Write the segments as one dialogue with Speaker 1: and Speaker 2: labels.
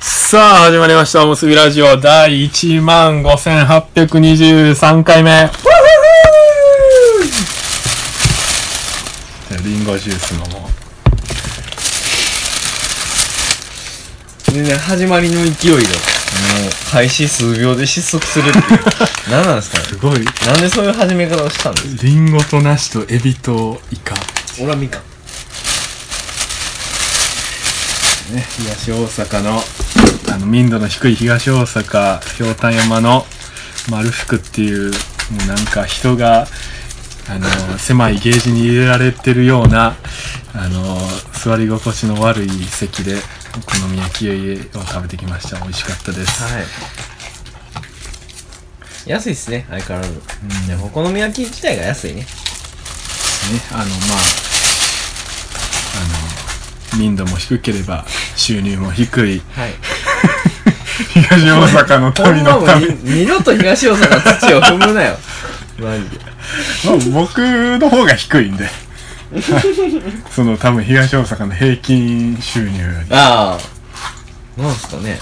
Speaker 1: さあ、始まりました。おむすびラジオ第1万5823回目。リンゴジュース飲も
Speaker 2: でね、始まりの勢いが、もう、開始数秒で失速するって いう。何なんですか
Speaker 1: う。
Speaker 2: ね
Speaker 1: すごい。
Speaker 2: なんでそういう始め方をしたんですか
Speaker 1: リンゴと梨とエビとイカ。
Speaker 2: 俺はみかん。
Speaker 1: ね、東大阪の、あの、民度の低い東大阪、ひょうたん山の丸福っていう、もうなんか人が、あの、狭いゲージに入れられてるような、あの、座り心地の悪い席で、お好み焼きを食べてきました。美味しかったです。
Speaker 2: はい。安いっすね、相変わらず。
Speaker 1: ん
Speaker 2: でもお好み焼き自体が安いね。
Speaker 1: ね、あの、まあ、あの、民度も低ければ、収入も低い、
Speaker 2: はい。
Speaker 1: 東大阪の
Speaker 2: こん
Speaker 1: 旅
Speaker 2: な
Speaker 1: の
Speaker 2: も
Speaker 1: た
Speaker 2: ん
Speaker 1: め
Speaker 2: に、 二度と東大阪の土を踏むなよ。 マジで。
Speaker 1: まあ僕の方が低い んでその多分東大阪の平均収入より
Speaker 2: ああ。なんすかね。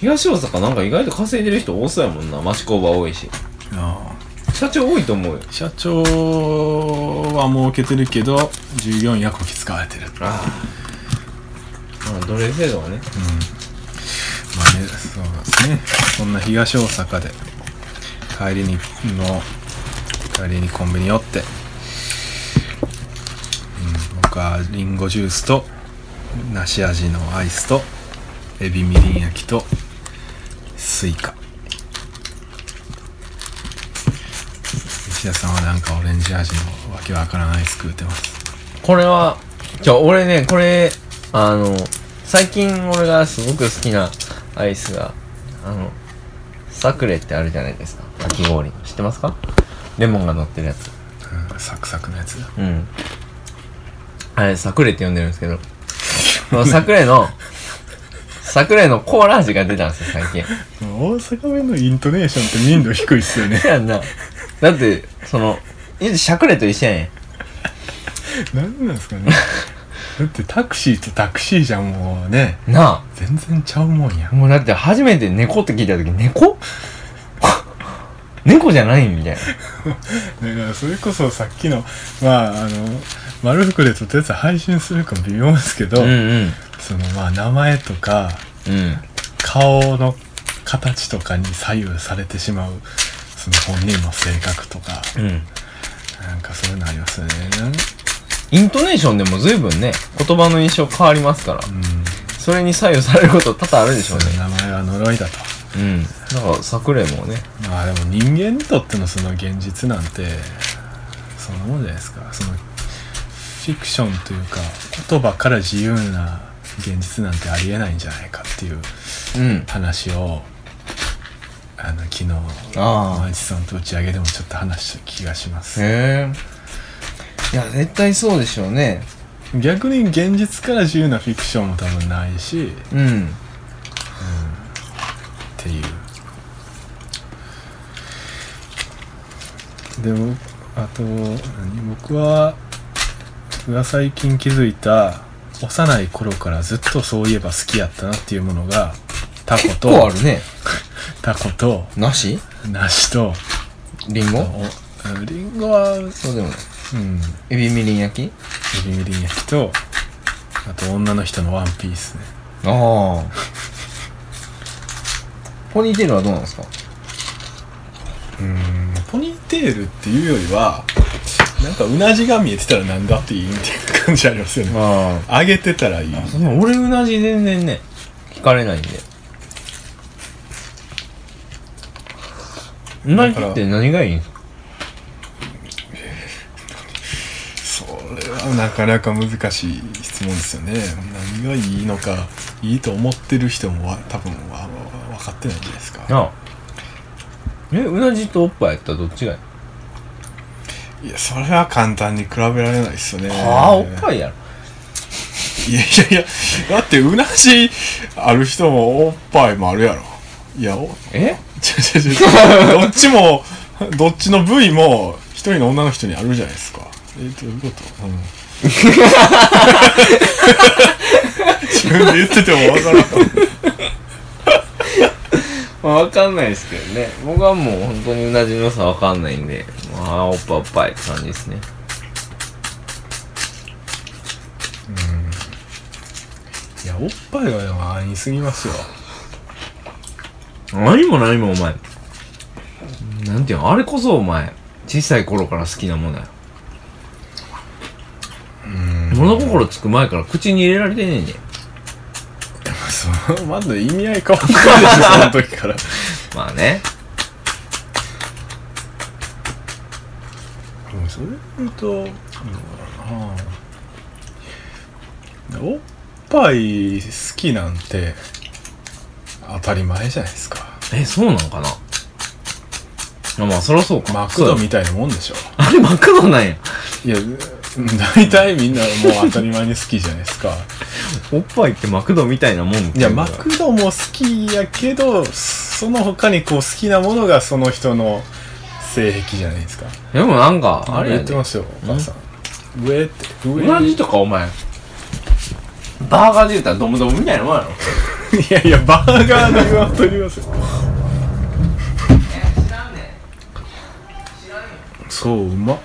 Speaker 2: 東大阪なんか意外と稼いでる人多そうやもんな。町工場多いし。社長多いと思うよ。
Speaker 1: 社長は儲けてるけど従業員はこき使われてるま
Speaker 2: ああ。まあ、奴隷制度はね。
Speaker 1: あねそうですねそんな東大阪で帰りにの帰りにコンビニ寄って、うん、僕はリンゴジュースと梨味のアイスとエビみりん焼きとスイカ石田さんはなんかオレンジ味のわけわからんアイス食うてます
Speaker 2: これは、じゃあ俺ね、これ、あの、最近俺がすごく好きなアイスが、あの、サクレってあるじゃないですか。かき氷の。知ってますかレモンが乗ってるや
Speaker 1: う
Speaker 2: つ。
Speaker 1: んサクサクのやつだ
Speaker 2: うん。あれ、サクレって呼んでるんですけど、そのサクレの、サクレのコーラ味が出たんですよ、最近。
Speaker 1: 大阪弁のイントネーションって民度低いっすよね
Speaker 2: やんな。だって、その、言うてシャクレと一緒やねん。
Speaker 1: 何なんですかね だってタクシーとタクシーじゃもうね
Speaker 2: な
Speaker 1: 全然ちゃうもんや
Speaker 2: あ。もうだって初めて猫って聞いた時、猫 猫じゃないみたいな。
Speaker 1: だからそれこそさっきのまああの丸福でとりあえず配信するか微妙ですけど、
Speaker 2: うん
Speaker 1: そのまあ名前とか
Speaker 2: うん。うん。
Speaker 1: 顔の形とかに左右されてしまうその本人の性格とか
Speaker 2: うん。
Speaker 1: なんかそういうのありますよねなん
Speaker 2: イントネーションでも随分ね、言葉の印象変わりますから、
Speaker 1: うん
Speaker 2: それに左右されること多々あるでしょうね。
Speaker 1: 名前は呪いだと
Speaker 2: うん。なんか、桜井もね。
Speaker 1: まあでも人間にとってのその現実なんてそんなもんじゃないですかそのフィクションというか言葉から自由な現実なんてありえないんじゃないかっていう
Speaker 2: うん。
Speaker 1: 話をあの昨日
Speaker 2: あ
Speaker 1: マイチさんと打ち上げでもちょっと話した気がします
Speaker 2: へえ。いや、絶対そうでしょうね。
Speaker 1: 逆に現実から自由なフィクションも多分ないしっ
Speaker 2: うん。
Speaker 1: ていうでもあと何僕は僕が最近気づいた幼い頃からずっとそういえば好きやったなっていうものがタコ
Speaker 2: 結構あ
Speaker 1: と
Speaker 2: るね。
Speaker 1: タコと
Speaker 2: なし
Speaker 1: 梨と
Speaker 2: りんご
Speaker 1: おリンゴはう
Speaker 2: そうでもない。
Speaker 1: ん
Speaker 2: エビみりん焼き
Speaker 1: エビみりん焼きとあと女の人のワンピースね
Speaker 2: ああ。ポニーテールはどうなんですか
Speaker 1: うんポニーテールっていうよりはなんかうなじが見えてたらなんだっていいみたいな感じありますよね
Speaker 2: あ
Speaker 1: 上げてたらいい
Speaker 2: あ。俺うなじ全然ね、聞かれないんで。うなじって何がいいんですか
Speaker 1: それはなかなか難しい質問ですよね何がいいのかいいと思ってる人もわ多分わわ分かってないんじゃないですか
Speaker 2: ああ。え、うなじとおっぱいやったらどっちがいい
Speaker 1: いやそれは簡単に比べられないですよね
Speaker 2: ああ、おっぱいやろ。
Speaker 1: いやいやいやだってうなじある人もおっぱいもあるやろいやお
Speaker 2: え
Speaker 1: ちょちょちょちょ どっちもどっちの部位も一人の女の人にあるじゃないですかえどういうこと、 うん、自分で言っててもわからん
Speaker 2: まあ、わかんないですけどね。僕はもう本当にうなじの良さわかんないんで、まあ、おっぱいおっぱいって感じですね。
Speaker 1: いやおっぱいはでも安易すぎますよ
Speaker 2: 何も何もお前。なんていうのあれこそお前、小さい頃から好きなものや。
Speaker 1: うん
Speaker 2: 物心つく前から口に入れられてねえねん。
Speaker 1: そのまず意味合い変わってないでしょその時から
Speaker 2: まあね。
Speaker 1: うんそれで言うと、うんああおっぱい好きなんて当たり前じゃないですか
Speaker 2: え、そうなのかなまあ、そりゃそうか。
Speaker 1: マクド
Speaker 2: そう
Speaker 1: みたいなもんでしょ
Speaker 2: あれマクドなんや。
Speaker 1: いやうん大体みんなもう当たり前に好きじゃないですか
Speaker 2: おっぱいってマクドみたいなもんみた
Speaker 1: い
Speaker 2: な
Speaker 1: やマクドも好きやけどその他にこう好きなものがその人の性癖じゃないですか
Speaker 2: でもなんか、あ
Speaker 1: あれ
Speaker 2: れや
Speaker 1: 言って
Speaker 2: で
Speaker 1: ま。したよお母さん上って
Speaker 2: う
Speaker 1: 上
Speaker 2: なじとかお前、バーガーで言ったらドムドムみたいなもんやろ。
Speaker 1: いやいやバーガーの言わんときますよ
Speaker 2: 知らんね
Speaker 1: そううまっ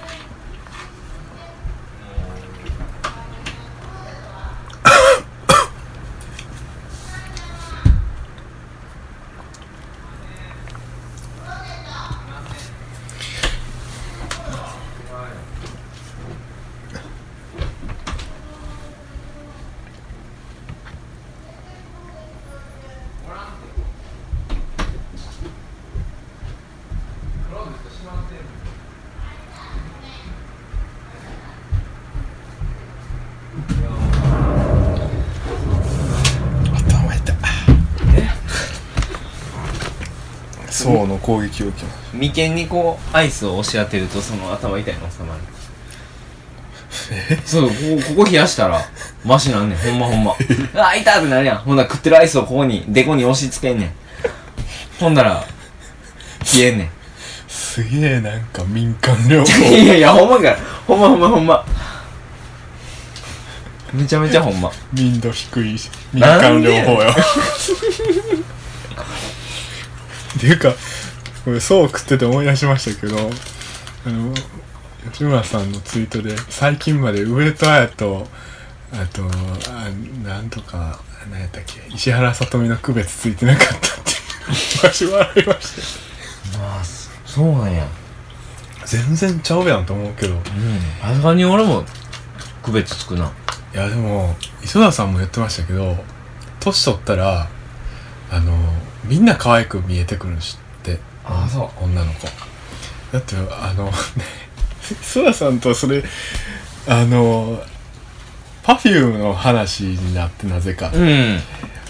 Speaker 1: 頭痛いそうの攻撃を受けます
Speaker 2: 眉間にこうアイスを押し当てるとその頭痛いの収まるそうここここ冷やしたらマシなんねんほんまほんまうわ痛ってなるやんほんなら食ってるアイスをここにデコに押し付けんねんほんなら消えんねん
Speaker 1: すげえなんか民間療法
Speaker 2: いやいやほんまからほんまほんまほんまめちゃめちゃほんま
Speaker 1: 民度低い民間療法よっていうかこれそう食ってて思い出しましたけどあの吉村さんのツイートで最近まで上戸彩とあとあなんとか何やったっけ石原さとみの区別ついてなかったって 私笑いました
Speaker 2: まあそそうなんや
Speaker 1: 全然ちゃうやんと思うけどい
Speaker 2: うんさすがに俺も区別つくな
Speaker 1: やでも磯田さんも言ってましたけど年取ったらあのみんな可愛く見えてくるんしって
Speaker 2: あそう
Speaker 1: 女の子だってあのね磯田さんとそれあのパフュームの話になってなぜか
Speaker 2: うん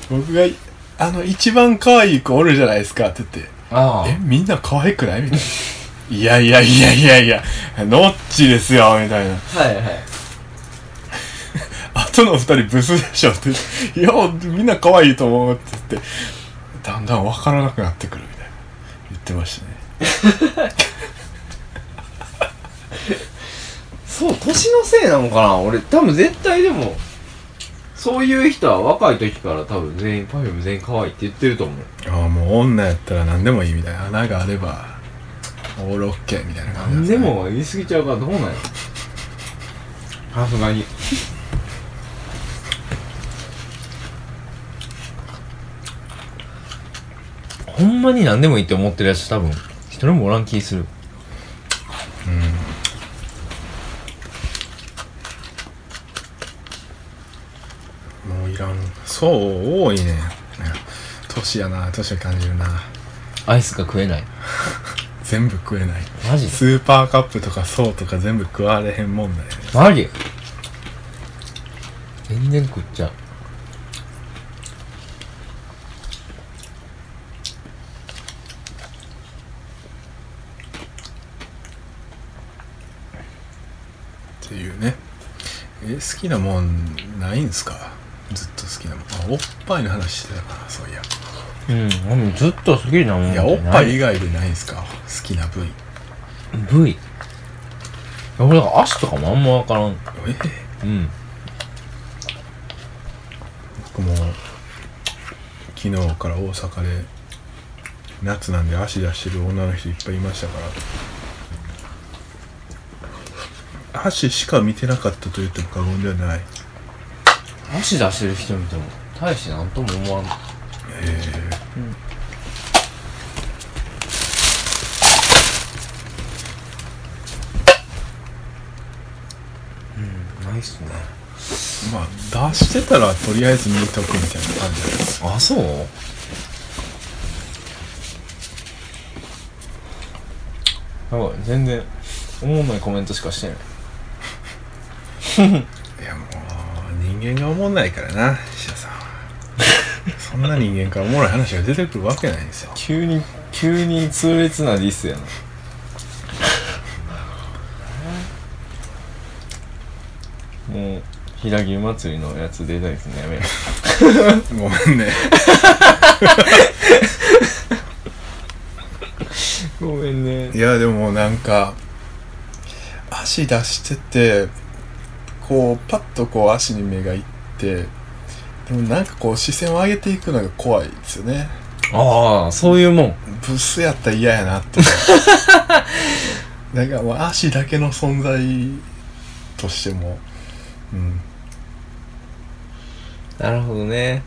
Speaker 1: 僕が「あの一番可愛い子おるじゃないですか」って言って
Speaker 2: ああ
Speaker 1: えみんな可愛くないみたいな「いやいやいやいやいやノッチですよ」みたいな
Speaker 2: はいはい
Speaker 1: あとの二人ブスでしょって「いやみんな可愛いと思う」って言ってだんだん分からなくなってくるみたいな言ってましたね
Speaker 2: そう、年のせいなのかな俺、多分絶対でも、そういう人は若い時から多分全員、パフューム全員可愛いって言ってると思う。
Speaker 1: ああもう女やったら何でもいいみたいな穴があればオールオッケーみたいな感じ
Speaker 2: 何
Speaker 1: すね
Speaker 2: でも言い過ぎちゃうからどうなんやさすがに。ほんまに何でもいいって思ってるやつ多分、一人もおらん気する。
Speaker 1: もういらんそう多いね年やな年を感じるな
Speaker 2: アイスが食えない。
Speaker 1: 全部食えない
Speaker 2: マジ
Speaker 1: スーパーカップとかそうとか全部食われへんもんだよね
Speaker 2: マジ全然食っちゃう。
Speaker 1: っていうねえ好きなもんないんすかずっと好きなもんあおっぱいの話してたかなそういや
Speaker 2: うん、でもずっと好きなもん
Speaker 1: いやおっぱい以外でないんすか好きな部位
Speaker 2: V いや俺なんか足とかもあんまわからん
Speaker 1: ええ
Speaker 2: うん
Speaker 1: 僕も昨日から大阪で夏なんで足出してる女の人いっぱいいましたから足しか見てなかったと言っても過言ではない
Speaker 2: 足出してる人見ても大してなんとも思わんうんないっすね
Speaker 1: まあ出してたらとりあえず見とくみたいな感じです
Speaker 2: あそうやばい全然思わないコメントしかしてない
Speaker 1: いやもう人間が思んないからな石田さん はそんな人間からおもろい話が出てくるわけないんですよ
Speaker 2: 急に急に痛烈なディスやな もう平牛祭りのやつ出たいですねやめよ う
Speaker 1: ごめんね
Speaker 2: ごめんね
Speaker 1: いやでもなんか足出しててこうパッとこう足に目がいってでもなんかこう視線を上げていくのが怖いですよね
Speaker 2: ああそういうもん
Speaker 1: ブスやったら嫌やな って思うなんかもう足だけの存在としてもうん
Speaker 2: なるほどね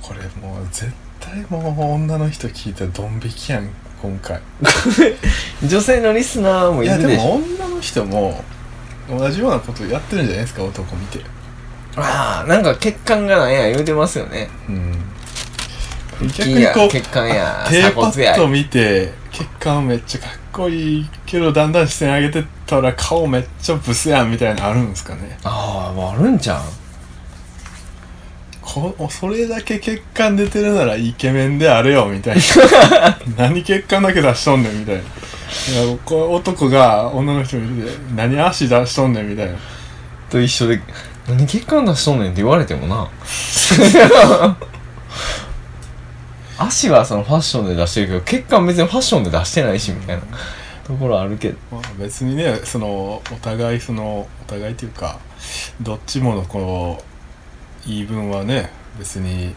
Speaker 1: これもう絶対もう女の人聞いたらドン引きやん今回
Speaker 2: 女性のリスナーも
Speaker 1: い
Speaker 2: い
Speaker 1: や
Speaker 2: る
Speaker 1: で
Speaker 2: でしょ
Speaker 1: も女の人も同じようなことやってるんじゃないですか男見て
Speaker 2: ああなんか血管がなんや言うてますよね
Speaker 1: うん
Speaker 2: 腹
Speaker 1: 逆
Speaker 2: 筋
Speaker 1: に
Speaker 2: や
Speaker 1: こう
Speaker 2: 血管や
Speaker 1: テー
Speaker 2: 鎖
Speaker 1: パ
Speaker 2: 骨
Speaker 1: ッ
Speaker 2: や
Speaker 1: と見て血管めっちゃかっこいいけどだんだん視線上げてったら顔めっちゃブスやんみたいなのあるんですかね
Speaker 2: あああるんちゃう
Speaker 1: こそれだけ血管出てるならイケメンであれよみたい な何血管だけ出しとんねんみたいないやこう男が女の人見てて何足出しとんねんみたいな
Speaker 2: と一緒 で「何血管出しとんねん」って言われても な足はそのファッションで出してるけど血管別にファッションで出してないしみたいなところあるけど
Speaker 1: まあ、別にねそのお互いそのお互いというかどっちものこの言い分はね別に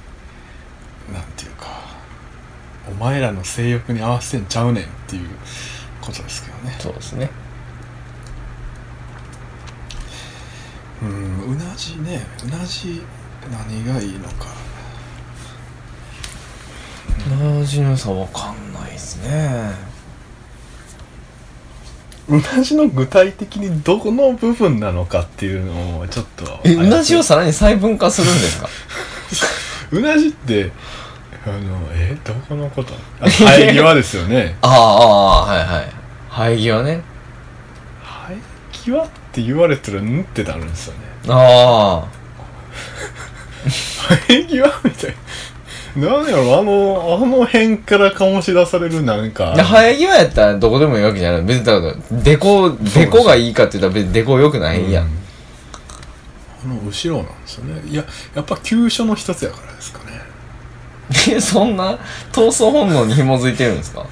Speaker 1: なんていうかお前らの性欲に合わせてんちゃうねんっていうことですけどね
Speaker 2: そうですね
Speaker 1: うんうなじねうなじ何がいいのか
Speaker 2: 同じのさわかんないですね
Speaker 1: うなじの具体的にどこの部分なのかっていうのをちょっと
Speaker 2: えうなじをさらに細分化するんですか
Speaker 1: うなじってあのえどこのこと あ生え際ですよね
Speaker 2: ああああはいはい生え際ね
Speaker 1: 生え際って言われたらぬってなるんですよね
Speaker 2: ああ
Speaker 1: 生え際みたいななんやろあのあの辺から醸し出されるなんか
Speaker 2: で生え際やったらどこでもいいわけじゃない別にだからデコデコがいいかって言ったら別にデコ良くないやん、
Speaker 1: うんあの後ろなんですよねいややっぱ急所の一つやからですかね
Speaker 2: えそんな闘争本能に紐づいてるんですか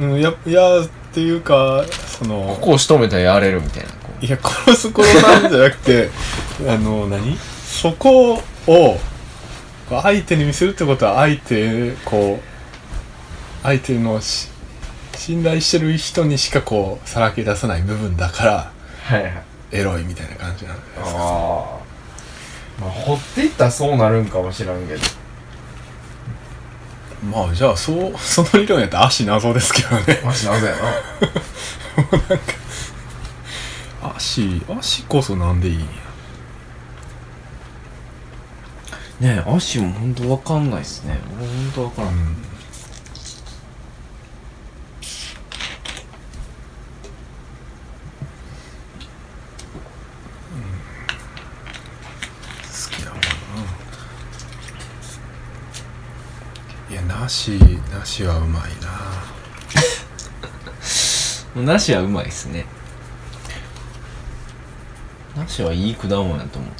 Speaker 1: うんやいやっていうかその
Speaker 2: ここを仕留めたらやれるみたいなこ
Speaker 1: いや殺す殺さんじゃなくて あの何そこをこう相手に見せるってことは相手こう相手のし信頼してる人にしかこうさらけ出さない部分だから
Speaker 2: うはいはい
Speaker 1: エロいみたいな感じなんですか
Speaker 2: ああまあ掘っていったらそうなるんかもしらんけど
Speaker 1: まあじゃあそう その理論やったら足謎ですけどね
Speaker 2: マジなぜやな
Speaker 1: 足足こそなんでいいんや
Speaker 2: ねえ足もほんとわかんないっすね俺ほんとわからん
Speaker 1: 好きなもんないやなしなしはうまいな
Speaker 2: なしはうまいっすねなしはいい果物やと思う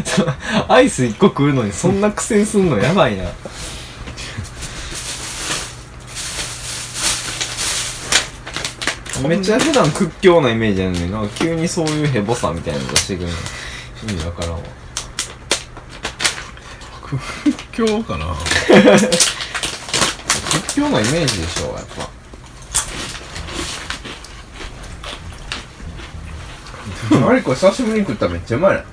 Speaker 2: アイス一個食うのにそんな苦戦すんのやばいなめっちゃ普段屈強なイメージやねんけど急にそういうヘボさみたいなの出してくるの意味わからんわ
Speaker 1: 今日かな
Speaker 2: 屈強なイメージでしょやっぱマリコ久しぶりに食ったらめっちゃうまいね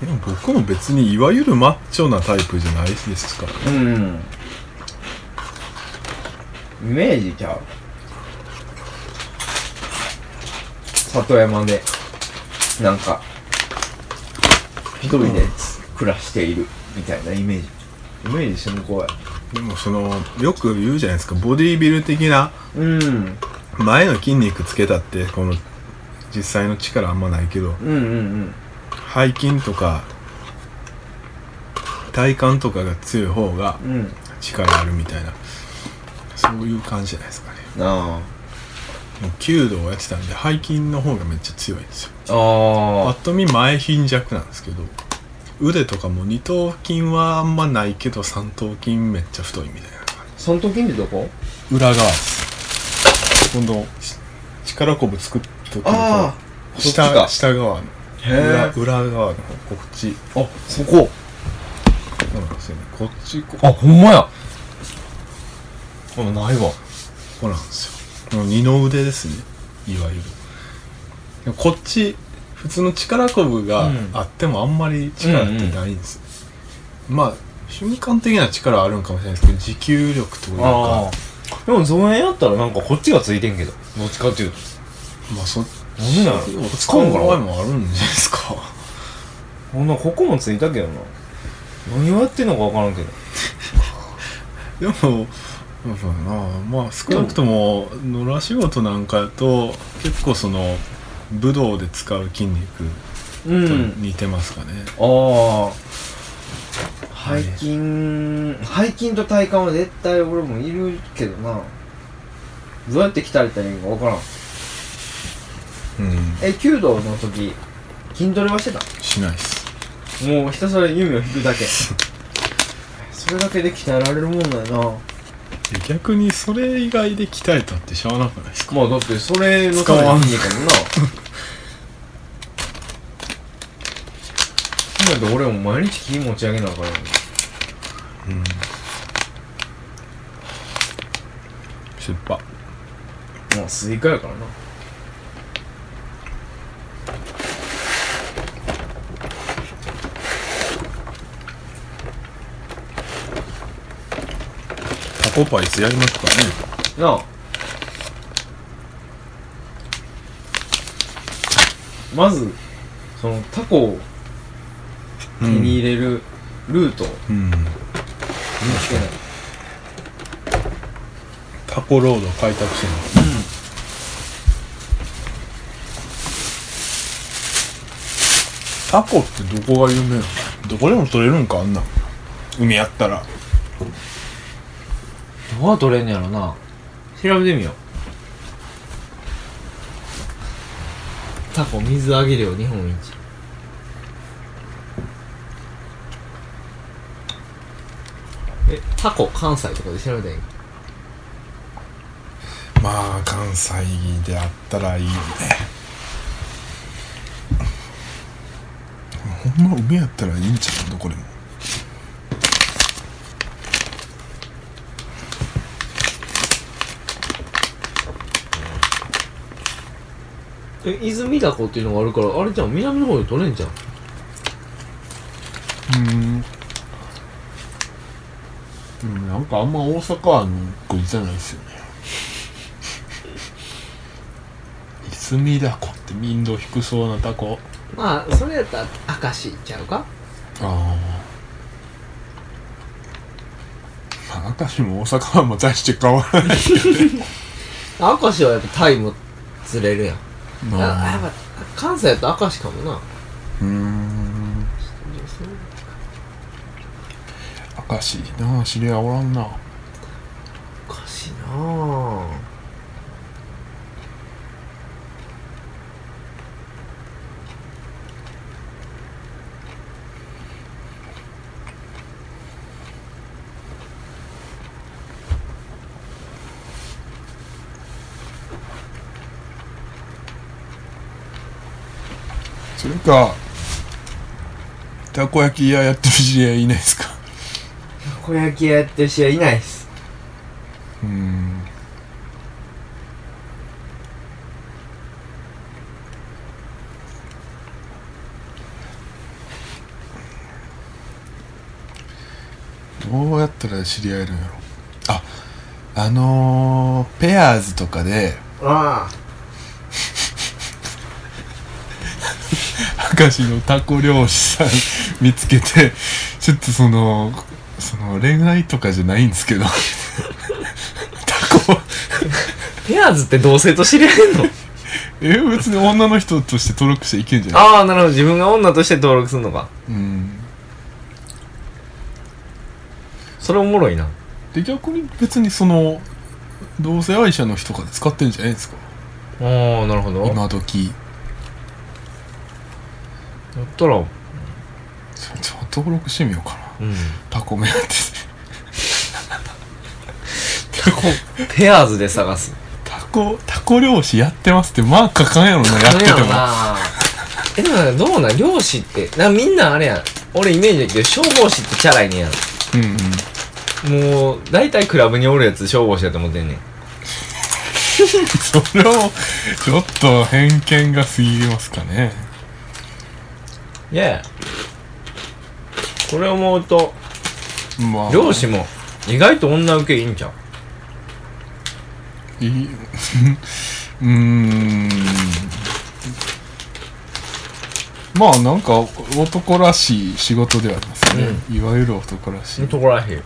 Speaker 1: でも僕も別にいわゆるマッチョなタイプじゃないですから
Speaker 2: うんイメージちゃう里山でなんか一人で暮らしているみたいなイメージイメージしても怖い
Speaker 1: でもそのよく言うじゃないですかボディービル的な
Speaker 2: うん
Speaker 1: 前の筋肉つけたってこの実際の力あんまないけど
Speaker 2: うんうん
Speaker 1: 背筋とか体幹とかが強い方が
Speaker 2: うんうん
Speaker 1: 力あるみたいなそういう感じじゃないですかね
Speaker 2: なあ
Speaker 1: もう弓道をやってたんで背筋の方がめっちゃ強いんですよぱ
Speaker 2: あ
Speaker 1: っと見前貧弱なんですけど腕とかも二頭筋はあんまないけど三頭筋めっちゃ太いみたいな感
Speaker 2: その時にどこ
Speaker 1: じ裏側です今度し力こぶ作っとくと
Speaker 2: ああそっち
Speaker 1: 下
Speaker 2: か
Speaker 1: 下側の
Speaker 2: へ
Speaker 1: 裏
Speaker 2: え
Speaker 1: 裏側の方こっち
Speaker 2: あそこ
Speaker 1: そうなんですよねこっちこ
Speaker 2: あほんまやあないわ
Speaker 1: こなんですよこの二の腕ですねいわゆるでもこっち普通の力こぶが
Speaker 2: うん
Speaker 1: あってもあんまり力ってないんです、まあ瞬間的な力はあるんかもしれないですけど持久力という
Speaker 2: あ
Speaker 1: か
Speaker 2: あでも造園やったらなんかこっちがついてんけどどっちかっていうと
Speaker 1: まあそ
Speaker 2: なんでなの
Speaker 1: 使う場合もあるんじゃないですか
Speaker 2: ほんなここもついたけどな何をやってんのか分からんけど
Speaker 1: でもそうだなまあ少なくとも野良仕事なんかやと結構その武道で使う筋肉
Speaker 2: う
Speaker 1: と似てますかね、
Speaker 2: ああ
Speaker 1: はい
Speaker 2: 背筋背筋と体幹は絶対俺もいるけどなどうやって鍛えたらいいのか分からん
Speaker 1: うん
Speaker 2: え弓道の時筋トレはしてた
Speaker 1: しないっす
Speaker 2: もうひたすら弓を引くだけそれだけで鍛えられるもんだよ
Speaker 1: え逆にそれ以外で鍛えたってしゃあなくないです
Speaker 2: な
Speaker 1: か
Speaker 2: まあだってそれの
Speaker 1: 使わん
Speaker 2: にかもんなだって俺も毎日筋持ち上げなあかんよ
Speaker 1: うん出発
Speaker 2: まあスイカやからな
Speaker 1: タコパイツやりますかね
Speaker 2: なあまずそのタコを手に入れるルートを
Speaker 1: うん、うん、
Speaker 2: 見つけない、
Speaker 1: タコロード開拓してますタコってどこが有名なのどこでも取れるんかあんな海やったら
Speaker 2: どう取れんねやろな調べてみようタコ水揚げ量日本一えタコ関西とかで調べたらいい
Speaker 1: まあ関西であったらいいよねほんま海やったらいいんちゃうどこでも
Speaker 2: え泉タコっていうのがあるからあれじゃん南の方で取れんじゃん
Speaker 1: うんうんなんかあんま大阪湾に行じゃないですよね泉だこって民度低そうなタコ
Speaker 2: まあそれやったら明石行っちゃうか
Speaker 1: ああまあ明石も大阪湾も大して変わらない
Speaker 2: 明石はやっぱタイも釣れるやんあやっ
Speaker 1: な
Speaker 2: ぱ関西やったら明石かもな
Speaker 1: うん明石なあ知り合いおらんな
Speaker 2: おかしいなぁ
Speaker 1: それかたこ焼き屋やってる知り合いいないですか
Speaker 2: たこ焼き屋やってる人はいないっす
Speaker 1: うんどうやったら知り合えるんやろああのー、ペアーズとかで
Speaker 2: あ
Speaker 1: 明石のタコ漁師さん 見つけてちょっとそのその恋愛とかじゃないんですけど タコ
Speaker 2: ペアーズって同性と知り合えんの
Speaker 1: え別に女の人として登録していけんじゃない
Speaker 2: ああなるほど自分が女として登録するのか
Speaker 1: うん
Speaker 2: それおもろいな
Speaker 1: で逆に別にその同性愛者の人とかで使ってんじゃないですか
Speaker 2: ああなるほどやっ
Speaker 1: 今時
Speaker 2: たらう
Speaker 1: それちょっと登録してみようかなんタコ目当てでタコ
Speaker 2: ペアーズで探す
Speaker 1: タコタコ漁師やってますってマーク書かんやろなやってても
Speaker 2: あれやろな えでもなんかどうなん漁師ってなんかみんなあれやん俺イメージだけど消防士ってチャラいねやん
Speaker 1: うんうん
Speaker 2: もう大体クラブにおるやつ消防士だと思ってんねん
Speaker 1: それをちょっと偏見が過ぎますかね
Speaker 2: いやいやこれ思うと
Speaker 1: まあ
Speaker 2: 漁師も意外と女受けいいんちゃう
Speaker 1: い いうーんまあなんか男らしい仕事ではありますね、いわゆる男らしいど
Speaker 2: とこらへん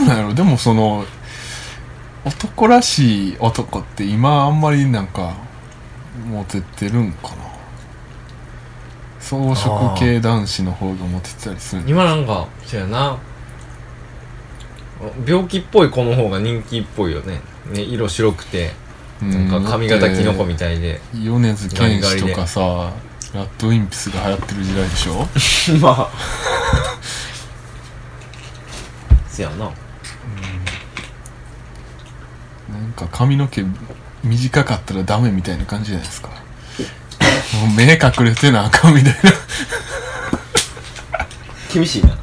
Speaker 1: うなんやろでもその男らしい男って今あんまりなんかモテてるんかな草食系男子の方がモテてたりする
Speaker 2: 今なんかそうやな病気っぽい子の方が人気っぽいよねね色白くてなんか髪型キノコみたいで、
Speaker 1: 米津玄師とかさラッドインピスが流行ってる時代でしょ
Speaker 2: まあせやな
Speaker 1: なんか髪の毛短かったらダメみたいな感じじゃないですかもう目隠れてなあかんみたいな
Speaker 2: 厳しいな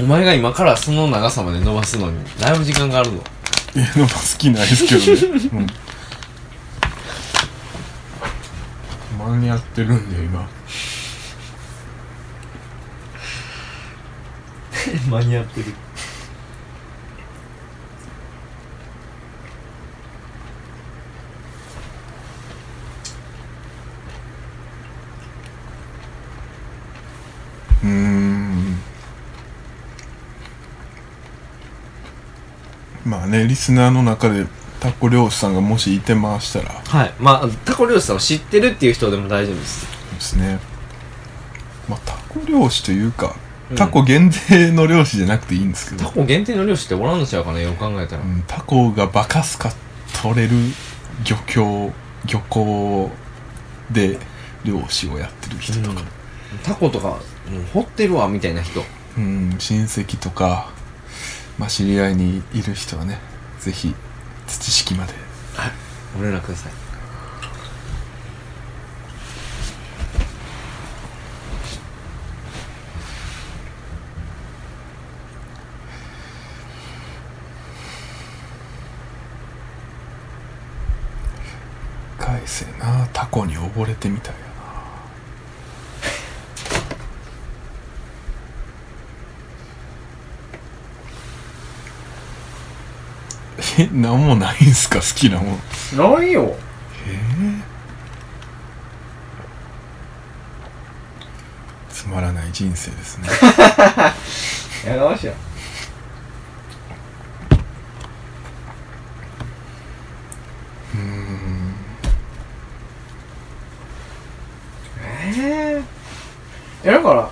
Speaker 2: お前が今からその長さまで伸ばすのにだいぶ時間があるぞ
Speaker 1: いや伸ばす気ないですけどね、うん、たまにやってるんで今
Speaker 2: 間に合ってる
Speaker 1: うーんまあねリスナーの中でタコ漁師さんがもしいてましたら
Speaker 2: はいまあタコ漁師さんを知ってるっていう人でも大丈夫です
Speaker 1: ですね、まあ、タコ漁師というか
Speaker 2: うん
Speaker 1: タコ限定の漁師じゃなくていいんですけど
Speaker 2: タ、コ限定の漁師っておらんのちゃうかなよく考えたら、
Speaker 1: うんタコがバカすか取れる漁協漁港で漁師をやってる人とか、
Speaker 2: タコとかもう掘ってるわみたいな人
Speaker 1: うん親戚とか、まあ、知り合いにいる人はねぜひ土式まで
Speaker 2: ご連絡ください
Speaker 1: 返せなタコに溺れてみたいよなえなんもないんすか好きなもん
Speaker 2: ないよ
Speaker 1: つまらない人生ですね
Speaker 2: やがましや
Speaker 1: うーん
Speaker 2: ええだから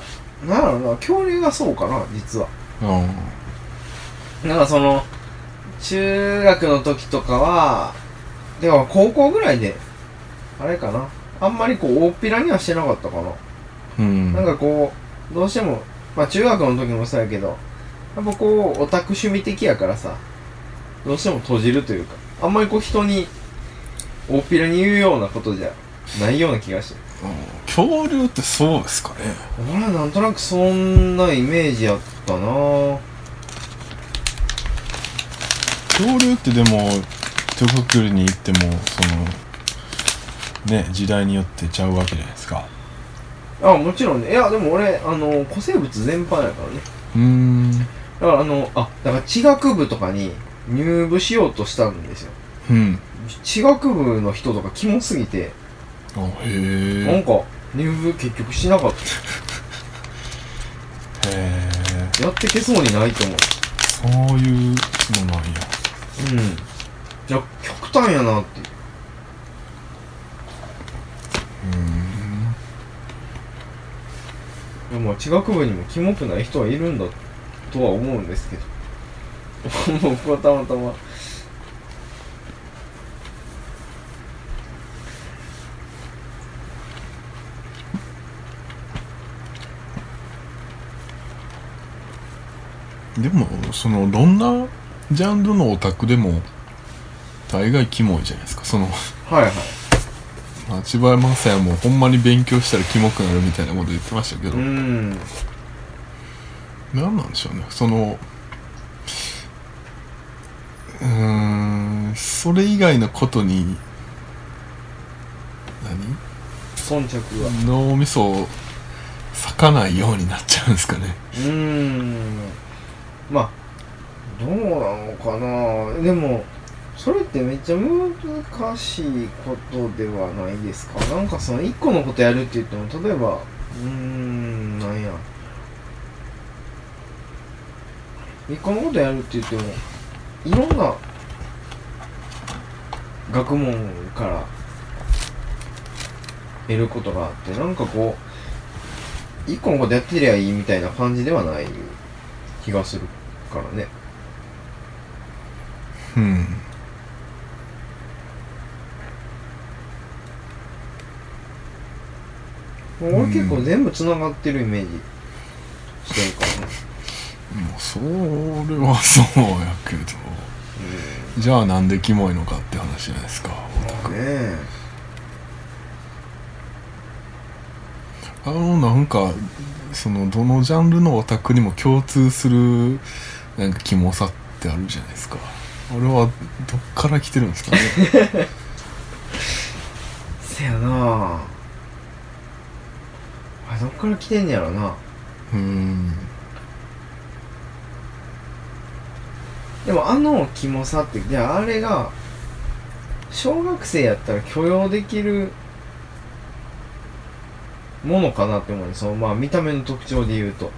Speaker 2: なんやろな恐竜がそうかな実は
Speaker 1: うん
Speaker 2: なんかその中学の時とかはでも高校ぐらいであれかなあんまりこう大っぴらにはしてなかったかな、
Speaker 1: うん
Speaker 2: なんかこうどうしてもまあ中学の時もそうやけどやっぱこうオタク趣味的やからさどうしても閉じるというかあんまりこう人に大っぴらに言うようなことじゃないような気がして
Speaker 1: 恐竜ってそうですかね
Speaker 2: 俺はなんとなくそんなイメージやったなぁ
Speaker 1: 恐竜ってでも手袋に行ってもそのね時代によってちゃうわけじゃないですか
Speaker 2: あもちろんねいやでも俺あの古生物全般やからね
Speaker 1: うーん
Speaker 2: だからあのあだから地学部とかに入部しようとしたんですよ
Speaker 1: うん
Speaker 2: 地学部の人とかキモすぎて
Speaker 1: あへ
Speaker 2: なん
Speaker 1: え
Speaker 2: か入部結局しなかった
Speaker 1: へえ
Speaker 2: やってけそうにないと思う
Speaker 1: そういうのなんや
Speaker 2: うんじゃあ極端やなっていう
Speaker 1: うーん
Speaker 2: でも地学部にもキモくない人はいるんだとは思うんですけ ど僕はたまたま
Speaker 1: でもそのどんなジャンルのオタクでも大概キモいじゃないですかその
Speaker 2: はいはい
Speaker 1: 千葉雅也もほんまに勉強したらキモくなるみたいなこと言ってましたけど、
Speaker 2: うーん
Speaker 1: なんなんでしょうねそのうーんそれ以外のことに
Speaker 2: 忖度は
Speaker 1: 何脳みそを割かないようになっちゃうんですかね
Speaker 2: うーんまあどうなのかなでもそれってめっちゃ難しいことではないですかなんかその1個のことやるって言っても例えばうーんなんや1個のことやるって言ってもいろんな学問から得ることがあってなんかこう一個のことやってりゃいいみたいな感じではない気がするからね
Speaker 1: うん
Speaker 2: 俺結構全部つながってるイメージしてるからね
Speaker 1: もうそれはそうやけどじゃあなんでキモいのかって話じゃないですかオタ
Speaker 2: う
Speaker 1: ク
Speaker 2: んね
Speaker 1: あのなんかそのどのジャンルのオタクにも共通するなんかキモさってあるじゃないですかあれはどっから来てるんですかね
Speaker 2: えせやなああどっから来てんねやろな
Speaker 1: うーん
Speaker 2: でもあのキモさってじゃああれが小学生やったら許容できるものかなって思うねそのまあ見た目の特徴で言うと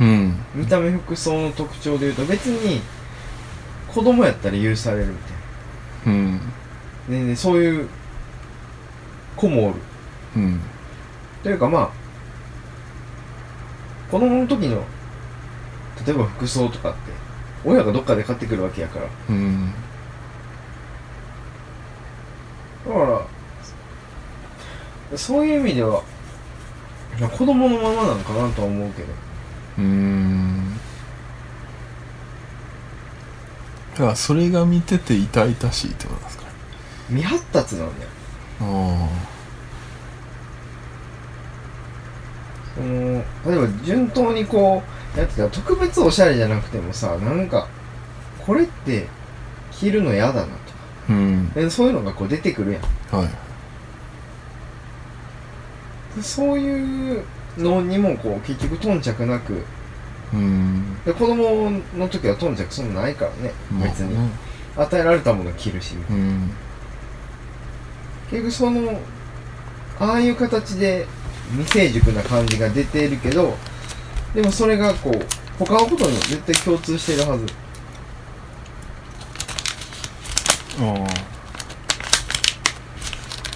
Speaker 1: うん
Speaker 2: 見た目服装の特徴で言うと別に子供やったら許されるみたい
Speaker 1: う
Speaker 2: な
Speaker 1: ん
Speaker 2: ねえねえそういう子もおる
Speaker 1: うん
Speaker 2: というかまあ子供の時の例えば服装とかって親がどっかで買ってくるわけやからだ
Speaker 1: うん
Speaker 2: からそういう意味ではまあ子供のままなんかなとは思うけど
Speaker 1: うーんだからそれが見てて痛々しいってことなんですかね
Speaker 2: 未発達なんだよ
Speaker 1: あ
Speaker 2: その例えば順当にこうやってたら特別おしゃれじゃなくてもさなんかこれって着るの嫌だなとか
Speaker 1: あうん
Speaker 2: でそういうのがこう出てくるやん
Speaker 1: はい
Speaker 2: でそういうのにもこう結局頓着なく
Speaker 1: うん
Speaker 2: で子供の時は頓着そんなないからね
Speaker 1: まあ
Speaker 2: 別に
Speaker 1: ね
Speaker 2: 与えられたもの着るし
Speaker 1: うん
Speaker 2: 結局そのああいう形で未成熟な感じが出ているけどでもそれがこう他のことにも絶対共通してるはず
Speaker 1: ああ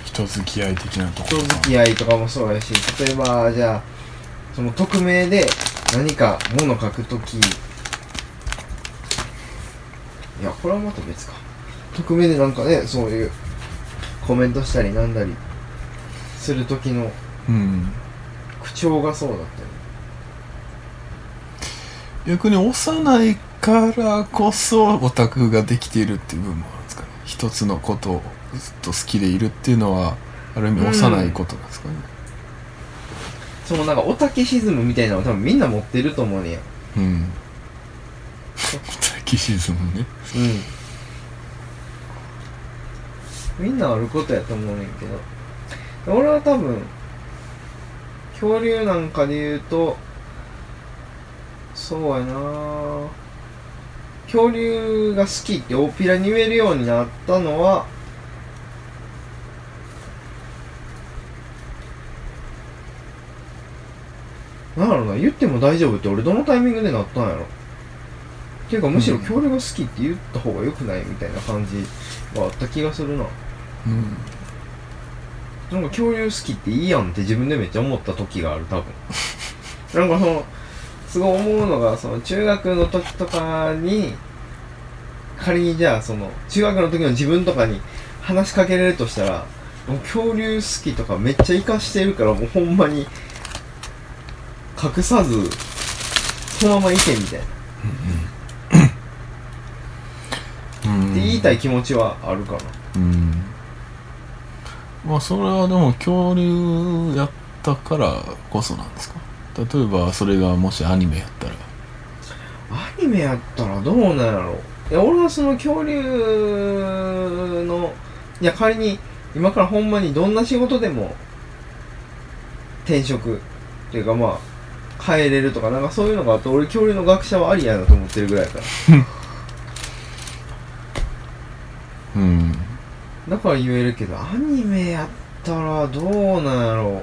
Speaker 1: 人付き合い的なとこ
Speaker 2: 人
Speaker 1: ろ
Speaker 2: 付き合いとかもそうやし例えばじゃあその匿名で何か物書くときいやこれはまた別か匿名でなんかねそういうコメントしたりなんだりするときの
Speaker 1: うん
Speaker 2: 口調がそうだったよ
Speaker 1: 逆に幼いからこそオタクができているっていう部分もあるんですかね一つのことをずっと好きでいるっていうのはある意味幼いことなんですかね
Speaker 2: そのなんかオタキシズムみたいなのを多分みんな持ってると思うねん
Speaker 1: うん、キシズムね
Speaker 2: うんみんなあることやと思うねんけど俺は多分恐竜なんかで言うとそうやな恐竜が好きって大っぴらに言えるようになったのはなんやろな言っても大丈夫って俺どのタイミングでなったんやろっていうかむしろ恐竜が好きって言った方が良くないみたいな感じはあった気がするな
Speaker 1: うん
Speaker 2: なんか恐竜好きっていいやんって自分でめっちゃ思った時がある多分 なんかそのすごい思うのがその中学の時とかに仮にじゃあその中学の時の自分とかに話しかけれるとしたらもう恐竜好きとかめっちゃ活かしてるからもうほんまに隠さずそのままいけみたいなっ
Speaker 1: うん
Speaker 2: て言いたい気持ちはあるかな
Speaker 1: うんまあそれはでも恐竜やったからこそなんですか例えばそれがもしアニメやったら
Speaker 2: アニメやったらどうなんやろいや俺はその恐竜のいや仮に今からほんまにどんな仕事でも転職っていうかまあ変えれるとかなんかそういうのがあって俺恐竜の学者はありやなと思ってるぐらいやから
Speaker 1: うん
Speaker 2: だから言えるけどアニメやったらどうなんやろ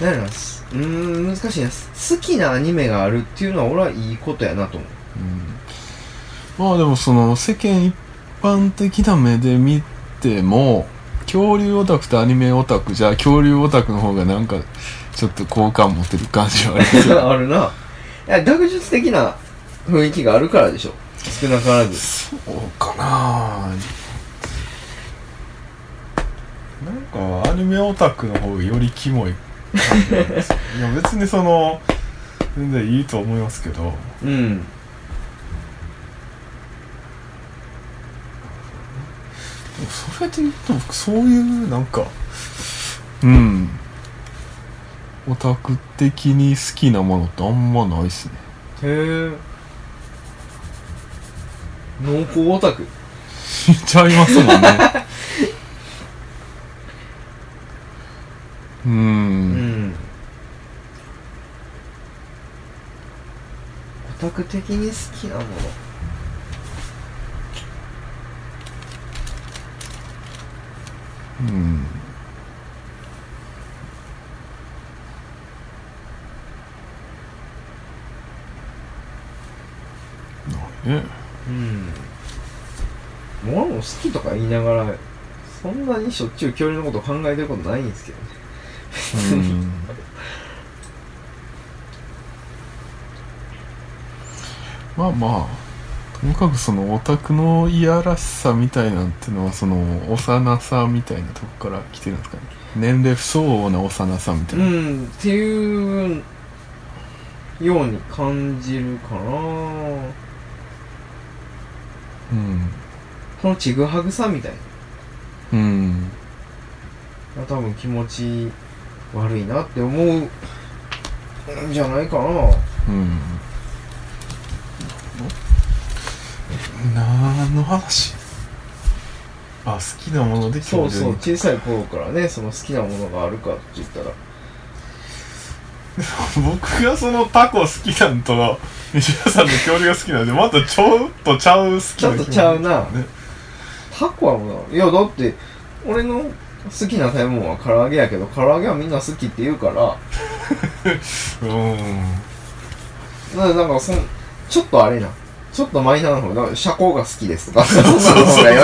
Speaker 2: うなんやろなすうーん難しいなす好きなアニメがあるっていうのは俺はいいことやなと思う
Speaker 1: うんまあでもその世間一般的な目で見ても恐竜オタクとアニメオタクじゃ恐竜オタクの方がなんかちょっと好感持てる感じはあります
Speaker 2: あるな。いや、学術的な雰囲気があるからでしょ。少なから ず。
Speaker 1: そうかななんかアニメオタクの方がよりキモい感じなんですよいや別にその全然いいと思いますけど
Speaker 2: うん。
Speaker 1: それで言うと僕そういうなんかうんオタク的に好きなものってあんまないっ すね
Speaker 2: へえ。濃厚オタク。
Speaker 1: 言っちゃいますもんね うー
Speaker 2: うんオタク的に好きなもの。
Speaker 1: うんないね
Speaker 2: うん。もう好きとか言いながら、そんなにしょっちゅう恐竜のこと考えてることないんですけどね。
Speaker 1: う
Speaker 2: 別に
Speaker 1: んまあまあとにかくそのオタクのいやらしさみたいなんてのはその幼さみたいなとこから来てるんですかね年齢不相応な幼さみたいうな、
Speaker 2: ん、っていうように感じるかな
Speaker 1: うん
Speaker 2: このちぐはぐさみたい
Speaker 1: うん、
Speaker 2: な多分気持ち悪いなって思うんじゃないかな
Speaker 1: うん。何の話あ、好きなもので
Speaker 2: そうそう
Speaker 1: 恐
Speaker 2: 小さい頃からねその好きなものがあるかって言ったら
Speaker 1: 竜に僕がそのタコ好きなんと、西田さんの恐竜が好きなんで、またちょっとちゃう好き
Speaker 2: ち
Speaker 1: な
Speaker 2: ょっ
Speaker 1: 気
Speaker 2: と
Speaker 1: も
Speaker 2: ちゃうな
Speaker 1: ね
Speaker 2: タコはもういやだって俺の好きな食べ物は唐揚げやけど唐揚げはみんな好きって言うから
Speaker 1: う
Speaker 2: ななんかそんちょっとあれなちょっとマイナーな方だから社交が好きですとかそんな
Speaker 1: そうそう
Speaker 2: のがよ